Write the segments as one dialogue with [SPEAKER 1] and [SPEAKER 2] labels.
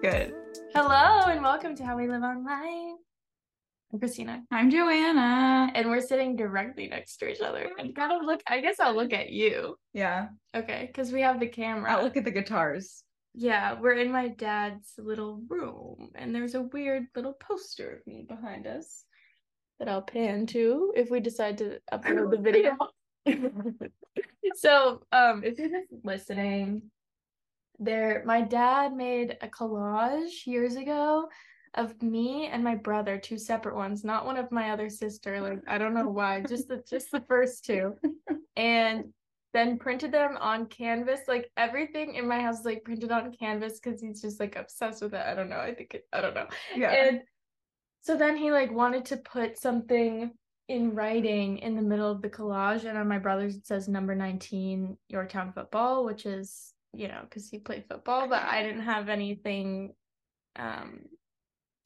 [SPEAKER 1] Good. Hello and welcome to How We Live Online. I'm Christina,
[SPEAKER 2] I'm Joanna.
[SPEAKER 1] and we're sitting directly next to each other. I gotta look. I guess I'll look at you.
[SPEAKER 2] Yeah.
[SPEAKER 1] Okay, because we have the camera.
[SPEAKER 2] I'll look at the guitars.
[SPEAKER 1] Yeah, we're in my dad's little room, and there's a weird little poster of me behind us that I'll pan to if we decide to upload the video. so, um, if you're just listening, there, my dad made a collage years ago of me and my brother, two separate ones, not one of my other sister. Like I don't know why, just the just the first two, and then printed them on canvas. Like everything in my house is like printed on canvas because he's just like obsessed with it. I don't know. I think it, I don't know.
[SPEAKER 2] Yeah.
[SPEAKER 1] And so then he like wanted to put something in writing in the middle of the collage, and on my brother's it says number nineteen Yorktown football, which is you know because he played football, but I didn't have anything. Um,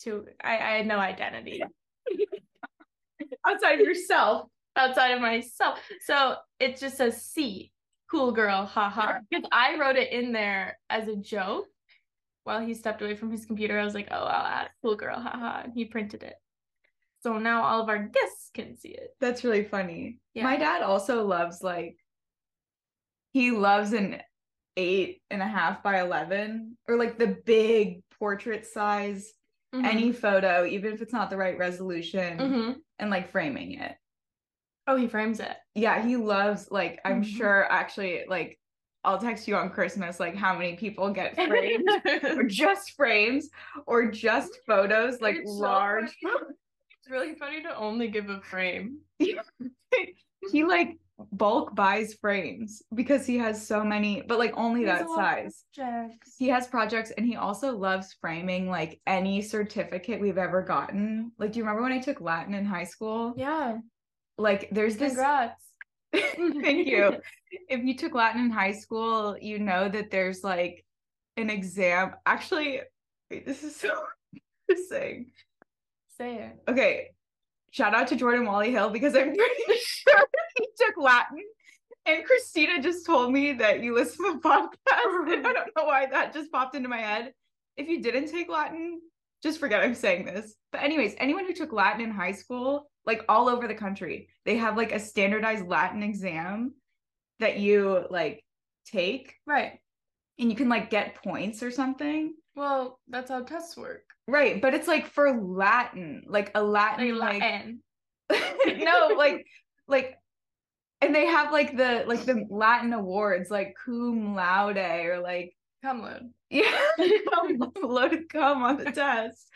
[SPEAKER 1] to I, I had no identity
[SPEAKER 2] Outside of yourself.
[SPEAKER 1] outside of myself. So it just says C, cool girl, haha. Because I wrote it in there as a joke while he stepped away from his computer. I was like, oh, I'll add cool girl, haha. And he printed it. So now all of our guests can see it.
[SPEAKER 2] That's really funny.
[SPEAKER 1] Yeah.
[SPEAKER 2] My dad also loves like he loves an eight and a half by eleven or like the big portrait size
[SPEAKER 1] Mhm.
[SPEAKER 2] any photo, even if it's not the right resolution
[SPEAKER 1] Mhm.
[SPEAKER 2] and like framing it.
[SPEAKER 1] Oh, he frames it.
[SPEAKER 2] Yeah, he loves like I'm
[SPEAKER 1] Mhm.
[SPEAKER 2] sure actually like I'll text you on Christmas like how many people get framed or just frames or just photos like
[SPEAKER 1] It's so
[SPEAKER 2] large
[SPEAKER 1] funny. It's really funny to only give a frame.
[SPEAKER 2] he like bulk buys frames because he has so many but like only
[SPEAKER 1] He has
[SPEAKER 2] that
[SPEAKER 1] a lot of
[SPEAKER 2] size
[SPEAKER 1] Jacks.
[SPEAKER 2] he has projects and he also loves framing like any certificate we've ever gotten like do you remember when i took latin in high school
[SPEAKER 1] Yeah.
[SPEAKER 2] like there's this
[SPEAKER 1] Congrats.
[SPEAKER 2] Thank you. if you took Latin in high school, you know that there's like an exam. Actually, wait, this is so interesting.
[SPEAKER 1] Say it.
[SPEAKER 2] Okay. Shout out to Jordan Wally Hill because I'm pretty sure he took Latin. And Christina just told me that you listen to podcasts. And I don't know why that just popped into my head. If you didn't take Latin, just forget I'm saying this. But, anyways, anyone who took Latin in high school, like all over the country, they have like a standardized Latin exam that you like take
[SPEAKER 1] Right.
[SPEAKER 2] and you can like get points or something.
[SPEAKER 1] Well, that's how tests work.
[SPEAKER 2] Right. But it's like for Latin, like a Latin, like,
[SPEAKER 1] Latin.
[SPEAKER 2] no, like like and they have like the like the Latin awards like cum laude or like
[SPEAKER 1] Come load.
[SPEAKER 2] yeah loaded cum on the test.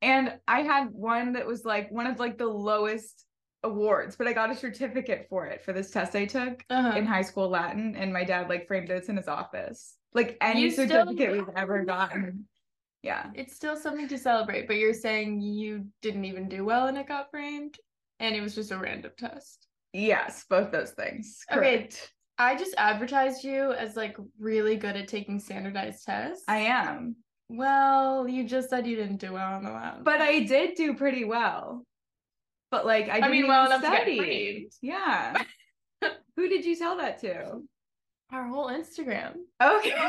[SPEAKER 2] and I had one that was like one of like the lowest awards, but I got a certificate for it for this test I took
[SPEAKER 1] Uh-huh.
[SPEAKER 2] in high school Latin and my dad like framed it in his office. Like any
[SPEAKER 1] You still
[SPEAKER 2] certificate
[SPEAKER 1] have
[SPEAKER 2] we've ever
[SPEAKER 1] it?
[SPEAKER 2] gotten. Yeah.
[SPEAKER 1] it's still something to celebrate, but you're saying you didn't even do well and it got framed and it was just a random test.
[SPEAKER 2] Yes, both those things.
[SPEAKER 1] Okay.
[SPEAKER 2] Correct.
[SPEAKER 1] I just advertised you as like really good at taking standardized tests.
[SPEAKER 2] I am.
[SPEAKER 1] Well, you just said you didn't do well on the lab.
[SPEAKER 2] but I did do pretty well. But like I,
[SPEAKER 1] I,
[SPEAKER 2] didn't
[SPEAKER 1] mean,
[SPEAKER 2] even
[SPEAKER 1] well enough to
[SPEAKER 2] study.
[SPEAKER 1] get framed.
[SPEAKER 2] yeah. Who did you tell that to?
[SPEAKER 1] Our whole Instagram.
[SPEAKER 2] Okay.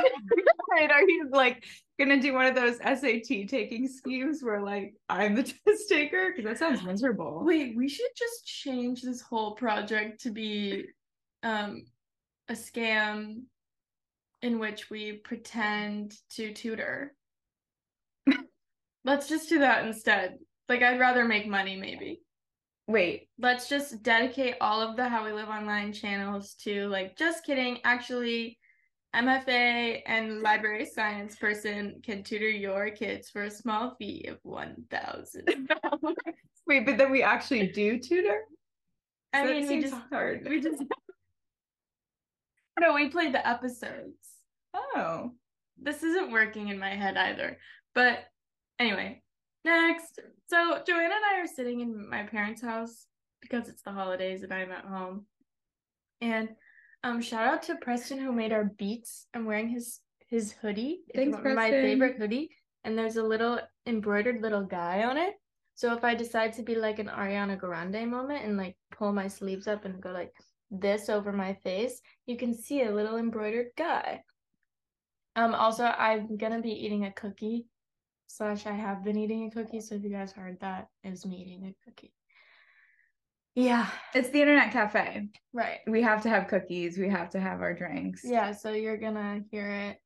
[SPEAKER 2] Right, Are you like gonna do one of those SAT taking schemes where like I'm the test taker? Because that sounds miserable.
[SPEAKER 1] Wait, we should just change this whole project to be um a scam in which we pretend to tutor. Let's just do that instead. Like I'd rather make money maybe.
[SPEAKER 2] Wait,
[SPEAKER 1] Let's just dedicate all of the How We Live Online channels to like just kidding, actually MFA and library science person can tutor your kids for a small fee of 1000.
[SPEAKER 2] wait, but then we actually do tutor?
[SPEAKER 1] I
[SPEAKER 2] So that
[SPEAKER 1] mean, we
[SPEAKER 2] seems
[SPEAKER 1] just
[SPEAKER 2] hard.
[SPEAKER 1] We just No, we played the episodes.
[SPEAKER 2] Oh.
[SPEAKER 1] This isn't working in my head either. But anyway, next. So Joanna and I are sitting in my parents' house because it's the holidays and I'm at home. And um shout out to Preston who made our beats. I'm wearing his his hoodie. It's
[SPEAKER 2] Thanks,
[SPEAKER 1] my
[SPEAKER 2] Preston.
[SPEAKER 1] favorite hoodie. And there's a little embroidered little guy on it. So if I decide to be like an Ariana Grande moment and like pull my sleeves up and go like this over my face, you can see a little embroidered guy. Um also I'm gonna be eating a cookie. Slash I have been eating a cookie, so if you guys heard that, it was me eating a cookie. Yeah,
[SPEAKER 2] It's the internet cafe.
[SPEAKER 1] right.
[SPEAKER 2] We have to have cookies. We have to have our drinks.
[SPEAKER 1] Yeah, so you're gonna hear it.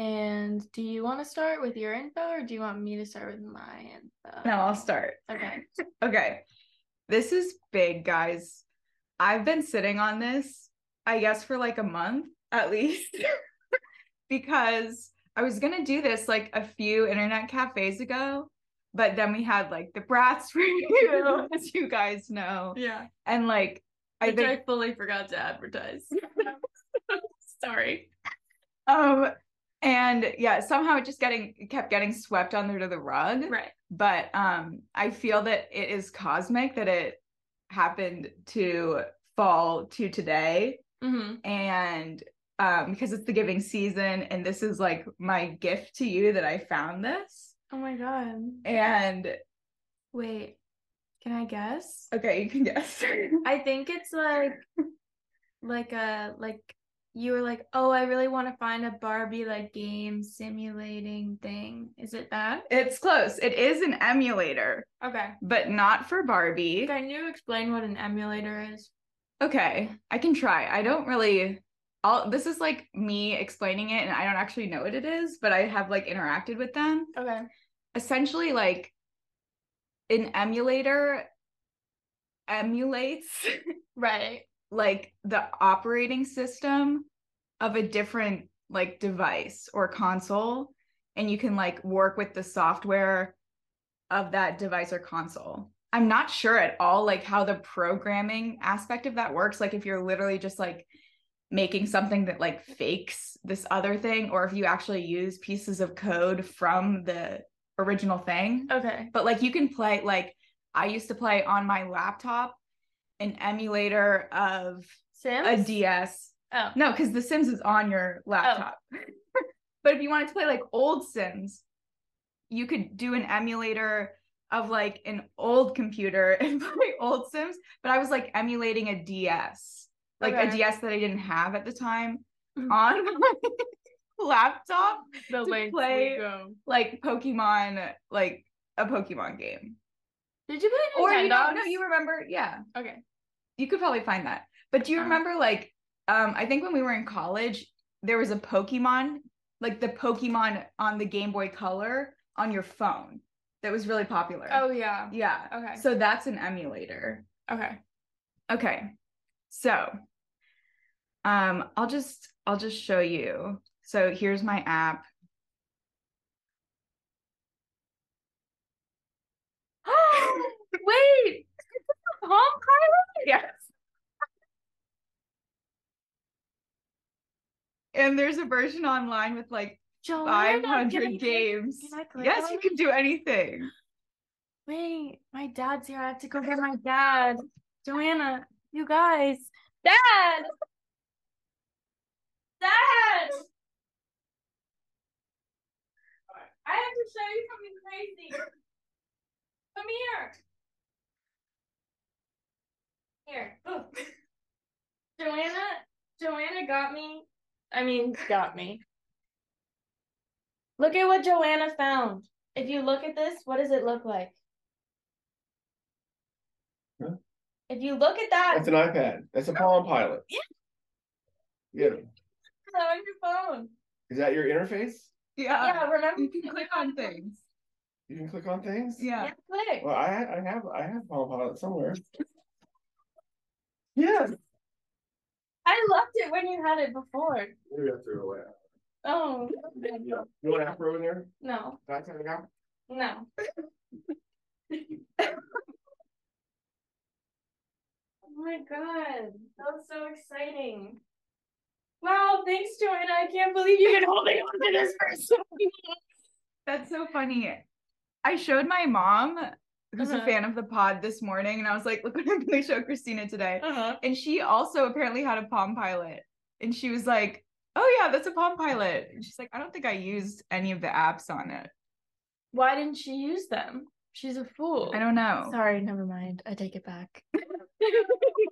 [SPEAKER 1] And do you want to start with your info or do you want me to start with my info?
[SPEAKER 2] No, I'll start.
[SPEAKER 1] Okay.
[SPEAKER 2] Okay. This is big, guys. I've been sitting on this, I guess, for like a month at least, because I was going to do this like a few internet cafes ago, but then we had like the Bratz review, as you guys know.
[SPEAKER 1] Yeah.
[SPEAKER 2] And like, I
[SPEAKER 1] Which
[SPEAKER 2] think
[SPEAKER 1] I fully forgot to advertise. Sorry.
[SPEAKER 2] Um, and yeah, somehow it just getting kept getting swept under the rug.
[SPEAKER 1] Right.
[SPEAKER 2] But um, I feel that it is cosmic that it happened to fall to today,
[SPEAKER 1] Mm-hmm.
[SPEAKER 2] and um, because it's the giving season, and this is like my gift to you that I found this.
[SPEAKER 1] Oh my god.
[SPEAKER 2] And
[SPEAKER 1] Wait. Can I guess?
[SPEAKER 2] okay, you can guess.
[SPEAKER 1] I think it's like like a like you were like, "Oh, I really want to find a Barbie like game simulating thing." Is it that?
[SPEAKER 2] it's close. It is an emulator,
[SPEAKER 1] Okay.
[SPEAKER 2] but not for Barbie.
[SPEAKER 1] Can you explain what an emulator is?
[SPEAKER 2] Okay, I can try. I don't really. I'll, this is like me explaining it, and I don't actually know what it is, but I have like interacted with them.
[SPEAKER 1] Okay.
[SPEAKER 2] Essentially, like an emulator emulates
[SPEAKER 1] Right.
[SPEAKER 2] like the operating system of a different like device or console, and you can like work with the software of that device or console. I'm not sure at all like how the programming aspect of that works. Like if you're literally just like making something that like fakes this other thing, or if you actually use pieces of code from the original thing.
[SPEAKER 1] Okay.
[SPEAKER 2] But like you can play like I used to play on my laptop an emulator of
[SPEAKER 1] Sims?
[SPEAKER 2] a DS.
[SPEAKER 1] Oh.
[SPEAKER 2] No, because The Sims is on your laptop. but if you wanted to play like old Sims, you could do an emulator of like an old computer and play old Sims. But I was like emulating a DS, like
[SPEAKER 1] Okay.
[SPEAKER 2] a DS that I didn't have at the time
[SPEAKER 1] Mhm.
[SPEAKER 2] on my laptop,
[SPEAKER 1] The
[SPEAKER 2] to
[SPEAKER 1] lengths we
[SPEAKER 2] play-
[SPEAKER 1] go.
[SPEAKER 2] like Pokemon, like a Pokemon game.
[SPEAKER 1] Did you play
[SPEAKER 2] Or you
[SPEAKER 1] Nintendogs?
[SPEAKER 2] don't know, you remember, yeah.
[SPEAKER 1] Okay.
[SPEAKER 2] you could probably find that. But do you
[SPEAKER 1] Um,
[SPEAKER 2] remember like um I think when we were in college there was a Pokemon like the Pokemon on the Game Boy Color on your phone that was really popular.
[SPEAKER 1] Oh yeah.
[SPEAKER 2] yeah.
[SPEAKER 1] Okay.
[SPEAKER 2] So that's an emulator.
[SPEAKER 1] Okay.
[SPEAKER 2] Okay. So um I'll just I'll just show you. So here's my app.
[SPEAKER 1] Wait. Home
[SPEAKER 2] Yes. And there's a version online with like
[SPEAKER 1] Joanna,
[SPEAKER 2] five
[SPEAKER 1] can Oh, I
[SPEAKER 2] hundred
[SPEAKER 1] click-
[SPEAKER 2] games.
[SPEAKER 1] can I click
[SPEAKER 2] yes,
[SPEAKER 1] on
[SPEAKER 2] you
[SPEAKER 1] it?
[SPEAKER 2] can do anything.
[SPEAKER 1] Wait, my dad's here. I have to go get my dad. Joanna, you guys. Dad! Dad! I have to show you something crazy. Come here. Here. Oh. Joanna, Joanna got me. I mean, got me. Look at what Joanna found. If you look at this, what does it look like?
[SPEAKER 3] Huh?
[SPEAKER 1] If you look at that,
[SPEAKER 3] That's an iPad. That's a Palm Pilot.
[SPEAKER 1] Yeah.
[SPEAKER 3] Yeah.
[SPEAKER 1] it's on your phone.
[SPEAKER 3] Is that your interface?
[SPEAKER 2] Yeah.
[SPEAKER 1] yeah, remember
[SPEAKER 2] You can click on things.
[SPEAKER 3] You can click on things.
[SPEAKER 2] Yeah.
[SPEAKER 1] Yeah, click.
[SPEAKER 3] Well, I I have I have Palm Pilot somewhere. Yes.
[SPEAKER 1] I loved it when you had it before.
[SPEAKER 3] Maybe I threw it
[SPEAKER 1] Oh
[SPEAKER 3] away. Yeah. You want an afro in there?
[SPEAKER 1] no,
[SPEAKER 3] Can I take it out?
[SPEAKER 1] no. oh my god, that was so exciting! Wow, thanks, Joanna. I can't believe you've been holding on to this for so long.
[SPEAKER 2] That's so funny. I showed my mom, who's
[SPEAKER 1] Uh-huh.
[SPEAKER 2] a fan of the pod, this morning, and I was like, "Look what I'm going to show Christina today."
[SPEAKER 1] Uh-huh.
[SPEAKER 2] And she also apparently had a Palm Pilot, and she was like, "Oh yeah, that's a Palm Pilot." And she's like, "I don't think I used any of the apps on it."
[SPEAKER 1] Why didn't she use them? She's a fool.
[SPEAKER 2] I don't know.
[SPEAKER 1] Sorry, never mind. I take it back.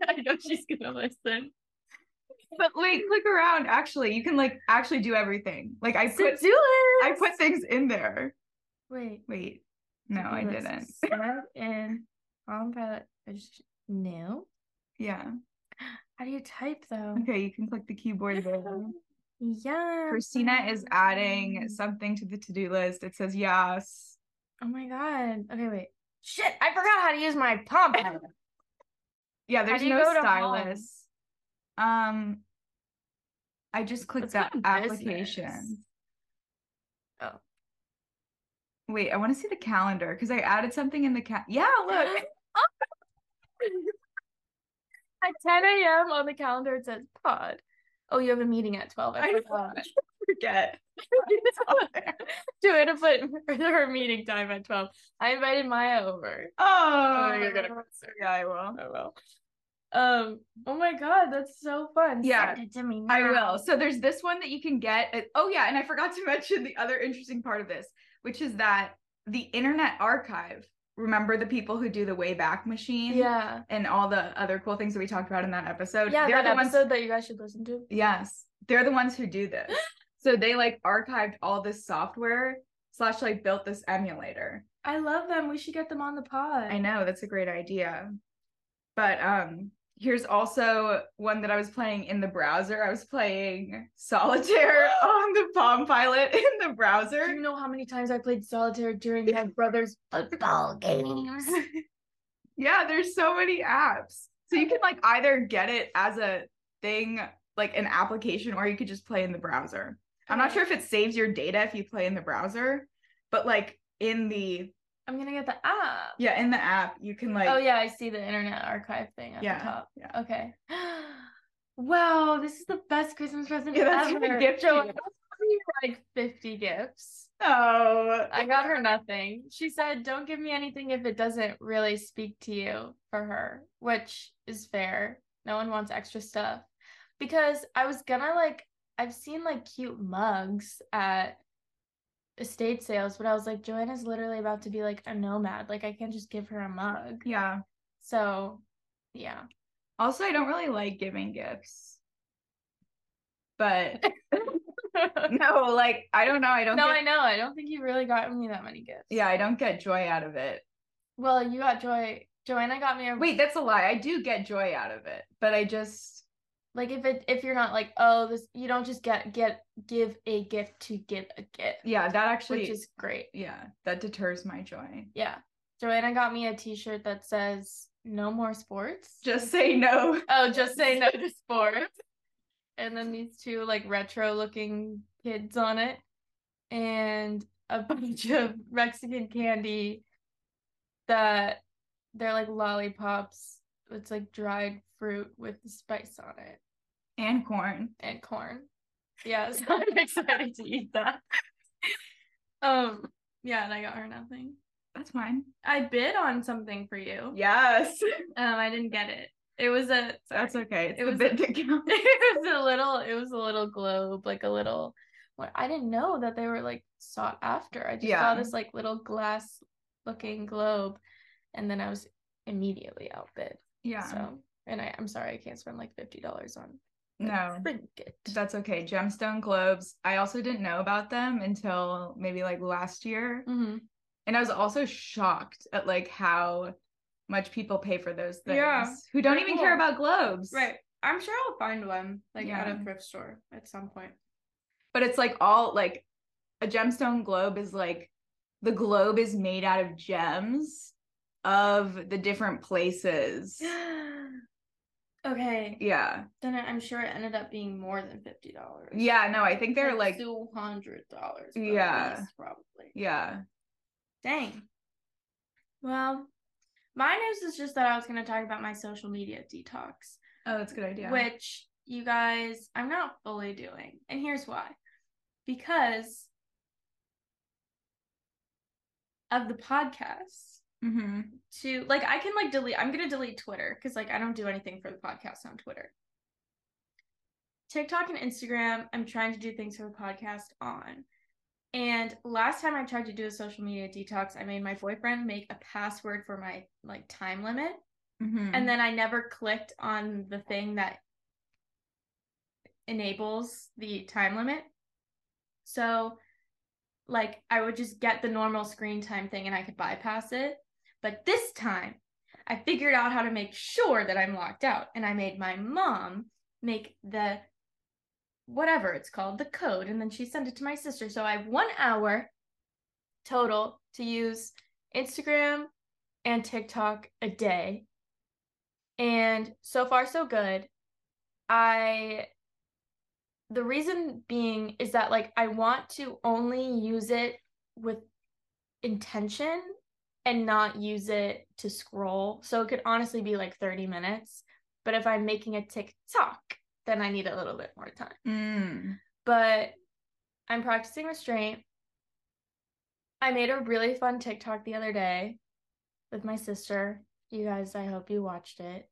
[SPEAKER 1] I know she's gonna listen.
[SPEAKER 2] But like click around actually. You can like actually do everything. Like I
[SPEAKER 1] So
[SPEAKER 2] put
[SPEAKER 1] do it.
[SPEAKER 2] I put things in there.
[SPEAKER 1] Wait.
[SPEAKER 2] Wait. No, I
[SPEAKER 1] Let's
[SPEAKER 2] didn't.
[SPEAKER 1] Snap and Palm Pilot. I just no.
[SPEAKER 2] Yeah.
[SPEAKER 1] How do you type though?
[SPEAKER 2] Okay, you can click the keyboard there.
[SPEAKER 1] Yeah. Mm.
[SPEAKER 2] Christina is adding something to the to-do list. It says yes.
[SPEAKER 1] Oh my god. Okay, wait. Shit, I forgot how to use my Palm Pilot.
[SPEAKER 2] Yeah,
[SPEAKER 1] How
[SPEAKER 2] there's
[SPEAKER 1] do you
[SPEAKER 2] no
[SPEAKER 1] go to home?
[SPEAKER 2] stylus. Um I just clicked
[SPEAKER 1] Let's
[SPEAKER 2] that
[SPEAKER 1] go to
[SPEAKER 2] application.
[SPEAKER 1] business.
[SPEAKER 2] Wait, I want to see the calendar because I added something in the cal. Yeah, look.
[SPEAKER 1] At 10 a.m. on the calendar, it says pod. Oh, you have a meeting at 12. I
[SPEAKER 2] I
[SPEAKER 1] forgot.
[SPEAKER 2] forget.
[SPEAKER 1] Do it to put her meeting time at 12. I invited Maya over.
[SPEAKER 2] Oh,
[SPEAKER 1] you're gonna
[SPEAKER 2] Yeah, I will.
[SPEAKER 1] Oh well. Um, oh my god, that's so fun.
[SPEAKER 2] Yeah.
[SPEAKER 1] Send it to me
[SPEAKER 2] I
[SPEAKER 1] now.
[SPEAKER 2] will. So there's this one that you can get. uh, Oh yeah, and I forgot to mention the other interesting part of this, which is that the Internet Archive. Remember the people who do the Wayback Machine
[SPEAKER 1] Yeah.
[SPEAKER 2] and all the other cool things that we talked about in that episode.
[SPEAKER 1] Yeah,
[SPEAKER 2] they're
[SPEAKER 1] that
[SPEAKER 2] the
[SPEAKER 1] episode
[SPEAKER 2] ones.
[SPEAKER 1] that you guys should listen to.
[SPEAKER 2] Yes, they're the ones who do this. so they like archived all this software slash like built this emulator.
[SPEAKER 1] I love them. We should get them on the pod.
[SPEAKER 2] I know that's a great idea. But um here's also one that I was playing in the browser. I was playing solitaire on the Palm Pilot in the
[SPEAKER 1] Do
[SPEAKER 2] browser.
[SPEAKER 1] you know how many times I played solitaire during my brother's football games?
[SPEAKER 2] Yeah, there's so many apps. So you can like either get it as a thing like an application or you could just play in the browser. I'm not sure if it saves your data if you play in the browser, but like in the
[SPEAKER 1] I'm gonna get the app.
[SPEAKER 2] yeah, in the app you can like
[SPEAKER 1] oh yeah, I see the internet archive thing at
[SPEAKER 2] Yeah,
[SPEAKER 1] the top.
[SPEAKER 2] yeah.
[SPEAKER 1] Okay. Wow, this is the best Christmas present
[SPEAKER 2] Yeah, that's
[SPEAKER 1] ever.
[SPEAKER 2] the gift
[SPEAKER 1] So
[SPEAKER 2] you
[SPEAKER 1] I
[SPEAKER 2] get.
[SPEAKER 1] got you, like 50 gifts.
[SPEAKER 2] oh
[SPEAKER 1] I got her nothing. She said, "Don't give me anything if it doesn't really speak to you." For her, which is fair. No one wants extra stuff. Because I was gonna like I've seen like cute mugs at estate sales, but I was like Joanna's literally about to be like a nomad. Like I can't just give her a mug.
[SPEAKER 2] yeah.
[SPEAKER 1] So, yeah.
[SPEAKER 2] Also, I don't really like giving gifts. But no, like I don't know. I don't
[SPEAKER 1] no,
[SPEAKER 2] get,
[SPEAKER 1] I know. I don't think you really got me that many gifts.
[SPEAKER 2] yeah, I don't get joy out of it.
[SPEAKER 1] Well, you got joy. Joanna got me a
[SPEAKER 2] Wait, that's a lie. I do get joy out of it, but I just
[SPEAKER 1] like if it if you're not like oh this you don't just get get give a gift to give a gift
[SPEAKER 2] yeah, that actually
[SPEAKER 1] which is great
[SPEAKER 2] yeah, that deters my joy.
[SPEAKER 1] yeah joanna got me a t-shirt that says no more sports
[SPEAKER 2] Just say no.
[SPEAKER 1] oh just say no to sports and then these two like retro looking kids on it and a bunch of mexican candy that they're like lollipops it's like dried fruit with the spice on it
[SPEAKER 2] And corn.
[SPEAKER 1] and corn. Yeah, so I'm excited to eat that. Um, yeah, and I got her nothing.
[SPEAKER 2] That's mine.
[SPEAKER 1] I bid on something for you.
[SPEAKER 2] Yes.
[SPEAKER 1] Um, I didn't get it. It was a
[SPEAKER 2] That's
[SPEAKER 1] sorry.
[SPEAKER 2] okay. It's
[SPEAKER 1] It
[SPEAKER 2] the
[SPEAKER 1] was-
[SPEAKER 2] bit that counts.
[SPEAKER 1] it was a little it was a little globe, like a little what I didn't know that they were like sought after. I just
[SPEAKER 2] Yeah.
[SPEAKER 1] saw this like little glass looking globe and then I was immediately outbid.
[SPEAKER 2] Yeah.
[SPEAKER 1] So and I, I'm sorry I can't spend like fifty dollars on Um,
[SPEAKER 2] No.
[SPEAKER 1] trinket.
[SPEAKER 2] That's okay. Gemstone globes. I also didn't know about them until maybe like last year.
[SPEAKER 1] Mhm.
[SPEAKER 2] And I was also shocked at like how much people pay for those things.
[SPEAKER 1] Yeah.
[SPEAKER 2] Who don't
[SPEAKER 1] They're
[SPEAKER 2] even care
[SPEAKER 1] cool.
[SPEAKER 2] about globes.
[SPEAKER 1] Right. I'm sure I'll find one like at
[SPEAKER 2] Yeah.
[SPEAKER 1] a thrift store at some point.
[SPEAKER 2] But it's like all like a gemstone globe is like the globe is made out of gems of the different places.
[SPEAKER 1] okay.
[SPEAKER 2] Yeah.
[SPEAKER 1] Then I- I'm sure it ended up being more than fifty dollars.
[SPEAKER 2] Yeah. No, I think they're like,
[SPEAKER 1] two hundred dollars.
[SPEAKER 2] Yeah.
[SPEAKER 1] probably.
[SPEAKER 2] yeah.
[SPEAKER 1] Dang. Well, my news is just that I was going to talk about my social media detox.
[SPEAKER 2] Oh, that's a good idea.
[SPEAKER 1] which you guys I'm not fully doing. And here's why. Because of the podcast
[SPEAKER 2] hmm
[SPEAKER 1] to like I can like delete I'm gonna delete Twitter because like I don't do anything for the podcast on Twitter. TikTok and Instagram, I'm trying to do things for the podcast on. And last time I tried to do a social media detox, I made my boyfriend make a password for my like time limit.
[SPEAKER 2] Mhm.
[SPEAKER 1] And then I never clicked on the thing that enables the time limit. So, like, I would just get the normal screen time thing and I could bypass it. But this time, I figured out how to make sure that I'm locked out. And I made my mom make the whatever it's called, the code. And then she sent it to my sister. So I have one hour total to use Instagram and TikTok a day. And so far, so good. I, the reason being is that like I want to only use it with intention and not use it to scroll. So it could honestly be like 30 minutes. But if I'm making a TikTok, then I need a little bit more time
[SPEAKER 2] Mm.
[SPEAKER 1] but I'm practicing restraint. I made a really fun TikTok the other day with my sister. You guys, I hope you watched it.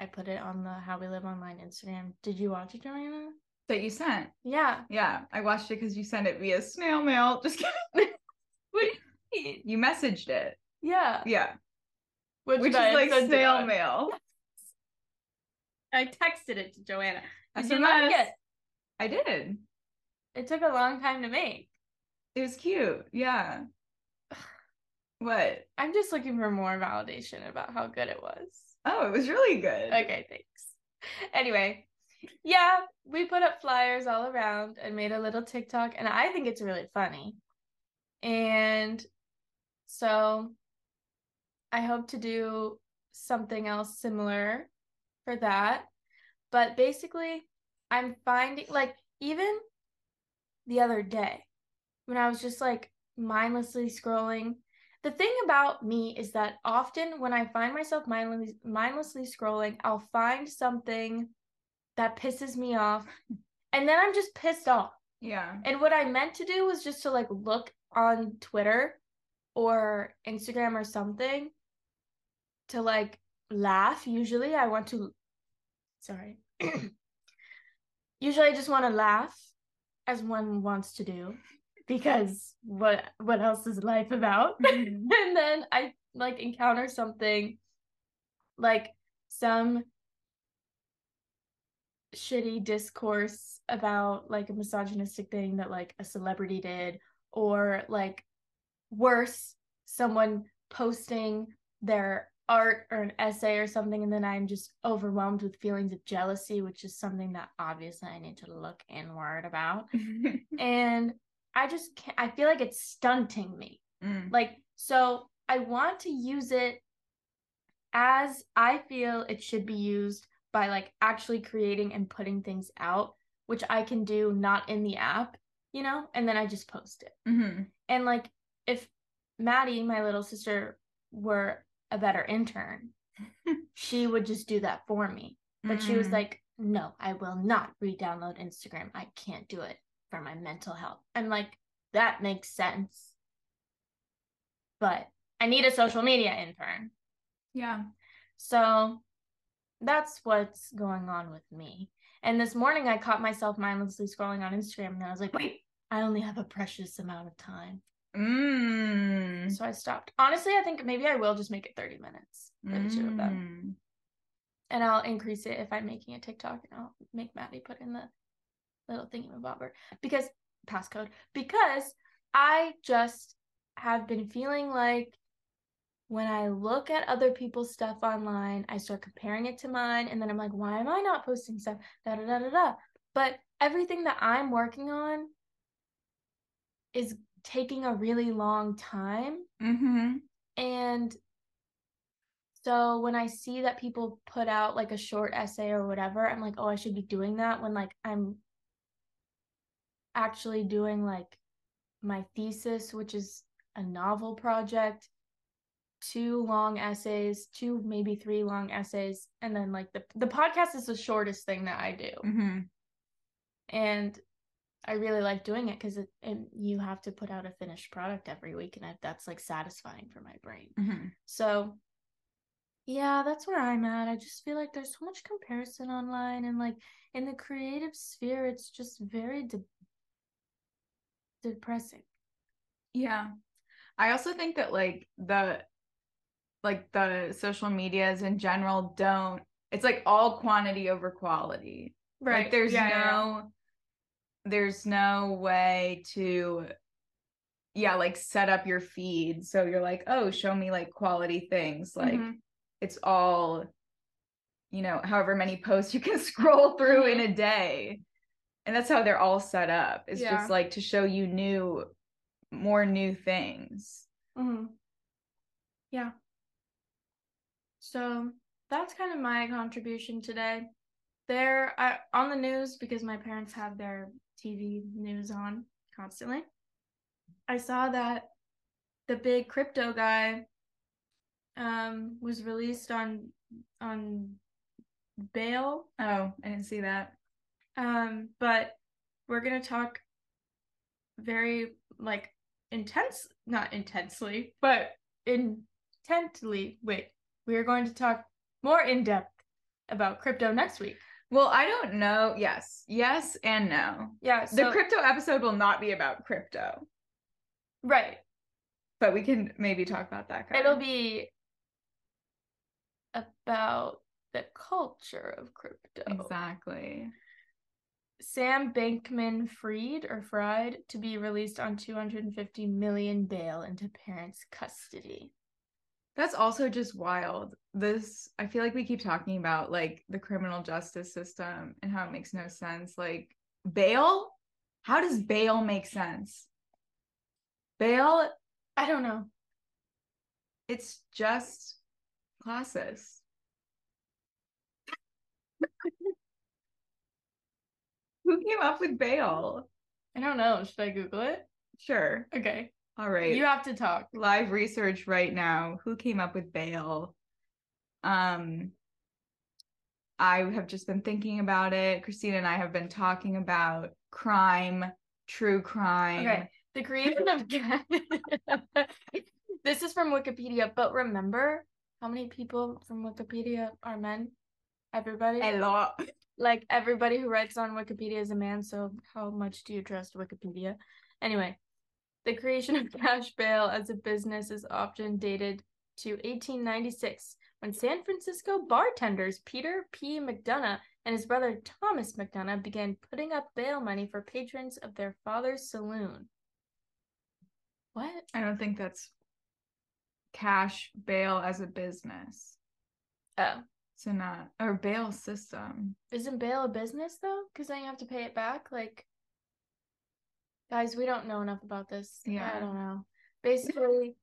[SPEAKER 1] I put it on the How We Live Online Instagram. Did you watch it, Joanna?
[SPEAKER 2] that you sent.
[SPEAKER 1] Yeah.
[SPEAKER 2] Yeah, I watched it because you sent it via snail mail. Just kidding. You messaged it.
[SPEAKER 1] Yeah.
[SPEAKER 2] Yeah,
[SPEAKER 1] Which,
[SPEAKER 2] which is
[SPEAKER 1] I
[SPEAKER 2] like
[SPEAKER 1] sent it
[SPEAKER 2] snail
[SPEAKER 1] on.
[SPEAKER 2] mail.
[SPEAKER 1] I texted it to Joanna. I
[SPEAKER 2] SMS.
[SPEAKER 1] did like it.
[SPEAKER 2] I did.
[SPEAKER 1] It took a long time to make.
[SPEAKER 2] It was cute. Yeah. What?
[SPEAKER 1] I'm just looking for more validation about how good it was.
[SPEAKER 2] Oh, it was really good.
[SPEAKER 1] Okay, thanks. Anyway, yeah, we put up flyers all around and made a little TikTok, and I think it's really funny. And so I hope to do something else similar for that. But basically, I'm finding like even the other day when I was just like mindlessly scrolling. The thing about me is that often when I find myself mindlessly, mindlessly scrolling, I'll find something that pisses me off. And then I'm just pissed off.
[SPEAKER 2] Yeah.
[SPEAKER 1] And what I meant to do was just to like look on Twitter or Instagram or something to like laugh. Usually I want to, sorry. Usually I just want to laugh as one wants to do because what what else is life about?
[SPEAKER 2] Mhm.
[SPEAKER 1] and then I like encounter something like some shitty discourse about like a misogynistic thing that like a celebrity did or like worse someone posting their art or an essay or something and then I'm just overwhelmed with feelings of jealousy which is something that obviously I need to look inward about
[SPEAKER 2] Mm-hmm.
[SPEAKER 1] and I just can't I feel like it's stunting me
[SPEAKER 2] Mm.
[SPEAKER 1] like, so I want to use it as I feel it should be used by like actually creating and putting things out, which I can do not in the app, you know, and then I just post it.
[SPEAKER 2] Mhm.
[SPEAKER 1] And like, if Maddie, my little sister, were a better intern, she would just do that for me. But she was
[SPEAKER 2] Mm.
[SPEAKER 1] like, no, I will not re download Instagram. I can't do it for my mental health. I'm like, that makes sense. But I need a social media intern.
[SPEAKER 2] yeah.
[SPEAKER 1] So that's what's going on with me. And this morning I caught myself mindlessly scrolling on Instagram and I was like, wait, I only have a precious amount of time.
[SPEAKER 2] Mm.
[SPEAKER 1] So I stopped. Honestly, I think maybe I will just make it 30 minutes for the two of them.
[SPEAKER 2] Mm.
[SPEAKER 1] and I'll increase it if I'm making a TikTok and I'll make Maddie put in the little thingamabobber because passcode because I just have been feeling like when I look at other people's stuff online, I start comparing it to mine, and then I'm like, why am I not posting stuff? Da da da da da. But everything that I'm working on is taking a really long time
[SPEAKER 2] Mhm.
[SPEAKER 1] and so when I see that people put out like a short essay or whatever, I'm like, oh, I should be doing that when like I'm actually doing like my thesis, which is a novel project, two long essays, two maybe three long essays, and then like the the podcast is the shortest thing that I do
[SPEAKER 2] Mhm.
[SPEAKER 1] and I really like doing it because it, it you have to put out a finished product every week, and I, that's like satisfying for my brain.
[SPEAKER 2] Mhm.
[SPEAKER 1] So, yeah, that's where I'm at. I just feel like there's so much comparison online, and like in the creative sphere, it's just very de- depressing.
[SPEAKER 2] Yeah. I also think that like the like the social medias in general don't it's like all quantity over quality. Like there's
[SPEAKER 4] Yeah,
[SPEAKER 2] no
[SPEAKER 4] yeah, yeah.
[SPEAKER 2] there's no way to yeah, like set up your feed so you're like, "Oh, show me like quality things." Like
[SPEAKER 4] Mhm.
[SPEAKER 2] it's all you know, however many posts you can scroll through in a day. And that's how they're all set up. It's
[SPEAKER 4] Mm-hmm. Yeah.
[SPEAKER 2] just like to show you new more new things.
[SPEAKER 1] Mhm. Yeah. So that's kind of my contribution today. There, I, on the news because my parents have their TV news on constantly. I saw that the big crypto guy um was released on on bail
[SPEAKER 2] Oh, I didn't see that.
[SPEAKER 1] um, but we're gonna talk very like intense, not intensely, but intently. Wait, we are going to talk more in depth about crypto next week.
[SPEAKER 2] Well, I don't know. Yes. Yes and no.
[SPEAKER 1] Yeah,
[SPEAKER 2] the crypto episode will not be about crypto,
[SPEAKER 1] right.
[SPEAKER 2] but we can maybe talk about that. guy.
[SPEAKER 1] It'll be about the culture of crypto.
[SPEAKER 2] exactly.
[SPEAKER 1] Sam Bankman Freed or Fried to be released on 250 million bail into parents' custody.
[SPEAKER 2] That's also just wild. This I feel like we keep talking about like the criminal justice system and how it makes no sense. Like bail? How does bail make sense? Bail,
[SPEAKER 1] I don't know.
[SPEAKER 2] it's just classes. Who came up with bail?
[SPEAKER 1] I don't know. Should I Google it?
[SPEAKER 2] Sure.
[SPEAKER 1] Okay.
[SPEAKER 2] All right.
[SPEAKER 1] You have to talk.
[SPEAKER 2] live research right now who came up with bail um i have just been thinking about it christina and i have been talking about crime true crime
[SPEAKER 1] Okay. The creation of This is from Wikipedia, but remember how many people from Wikipedia are men? Everybody?
[SPEAKER 2] a lot
[SPEAKER 1] Like everybody who writes on Wikipedia is a man, so how much do you trust Wikipedia? Anyway, the creation of cash bail as a business is often dated to 1896 when San Francisco bartenders Peter P. McDonough and his brother Thomas McDonough began putting up bail money for patrons of their father's saloon. What?
[SPEAKER 2] i don't think that's cash bail as a business
[SPEAKER 1] Oh.
[SPEAKER 2] so not or bail system
[SPEAKER 1] Isn't bail a business though? Because then you have to pay it back. Like, guys, we don't know enough about this. I
[SPEAKER 2] Yeah.
[SPEAKER 1] don't know. Basically,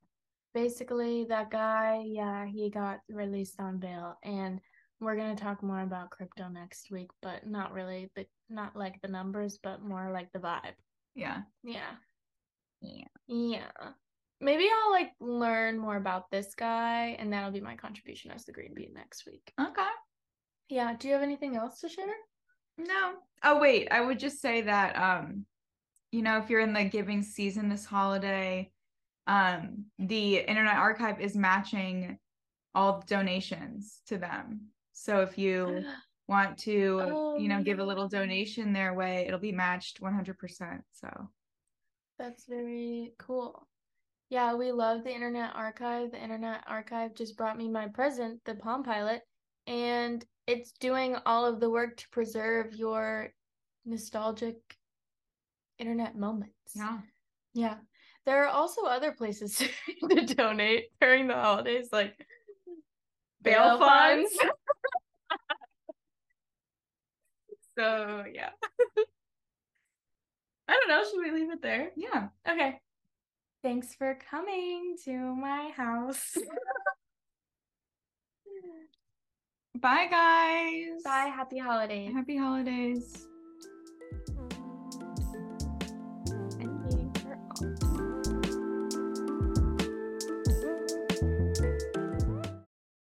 [SPEAKER 1] basically that guy, yeah, he got released on bail, and we're gonna talk more about crypto next week, but not really the not like the numbers, but more like the vibe.
[SPEAKER 2] yeah
[SPEAKER 1] Yeah.
[SPEAKER 2] Yeah.
[SPEAKER 1] Yeah. Maybe I'll like learn more about this guy, and that'll be my contribution as the green bean next week.
[SPEAKER 2] okay
[SPEAKER 1] Yeah. Do you have anything else to share?
[SPEAKER 2] No. Oh wait, I would just say that um you know, if you're in the giving season this holiday, um the Internet Archive is matching all donations to them. So if you want to,
[SPEAKER 1] Oh,
[SPEAKER 2] you know, give a little
[SPEAKER 1] yeah.
[SPEAKER 2] donation their way, it'll be matched 100%. So,
[SPEAKER 1] That's very cool. Yeah, we love the Internet Archive. The Internet Archive just brought me my present, the Palm Pilot, and it's doing all of the work to preserve your nostalgic internet moments.
[SPEAKER 2] yeah.
[SPEAKER 1] Yeah. There are also other places to donate during the holidays, like
[SPEAKER 2] Bail funds.
[SPEAKER 1] so, yeah. I don't know. Should we leave it there?
[SPEAKER 2] Yeah.
[SPEAKER 1] Okay. Thanks for coming to my house.
[SPEAKER 2] Bye guys.
[SPEAKER 1] Bye. Happy holidays.
[SPEAKER 2] Happy holidays.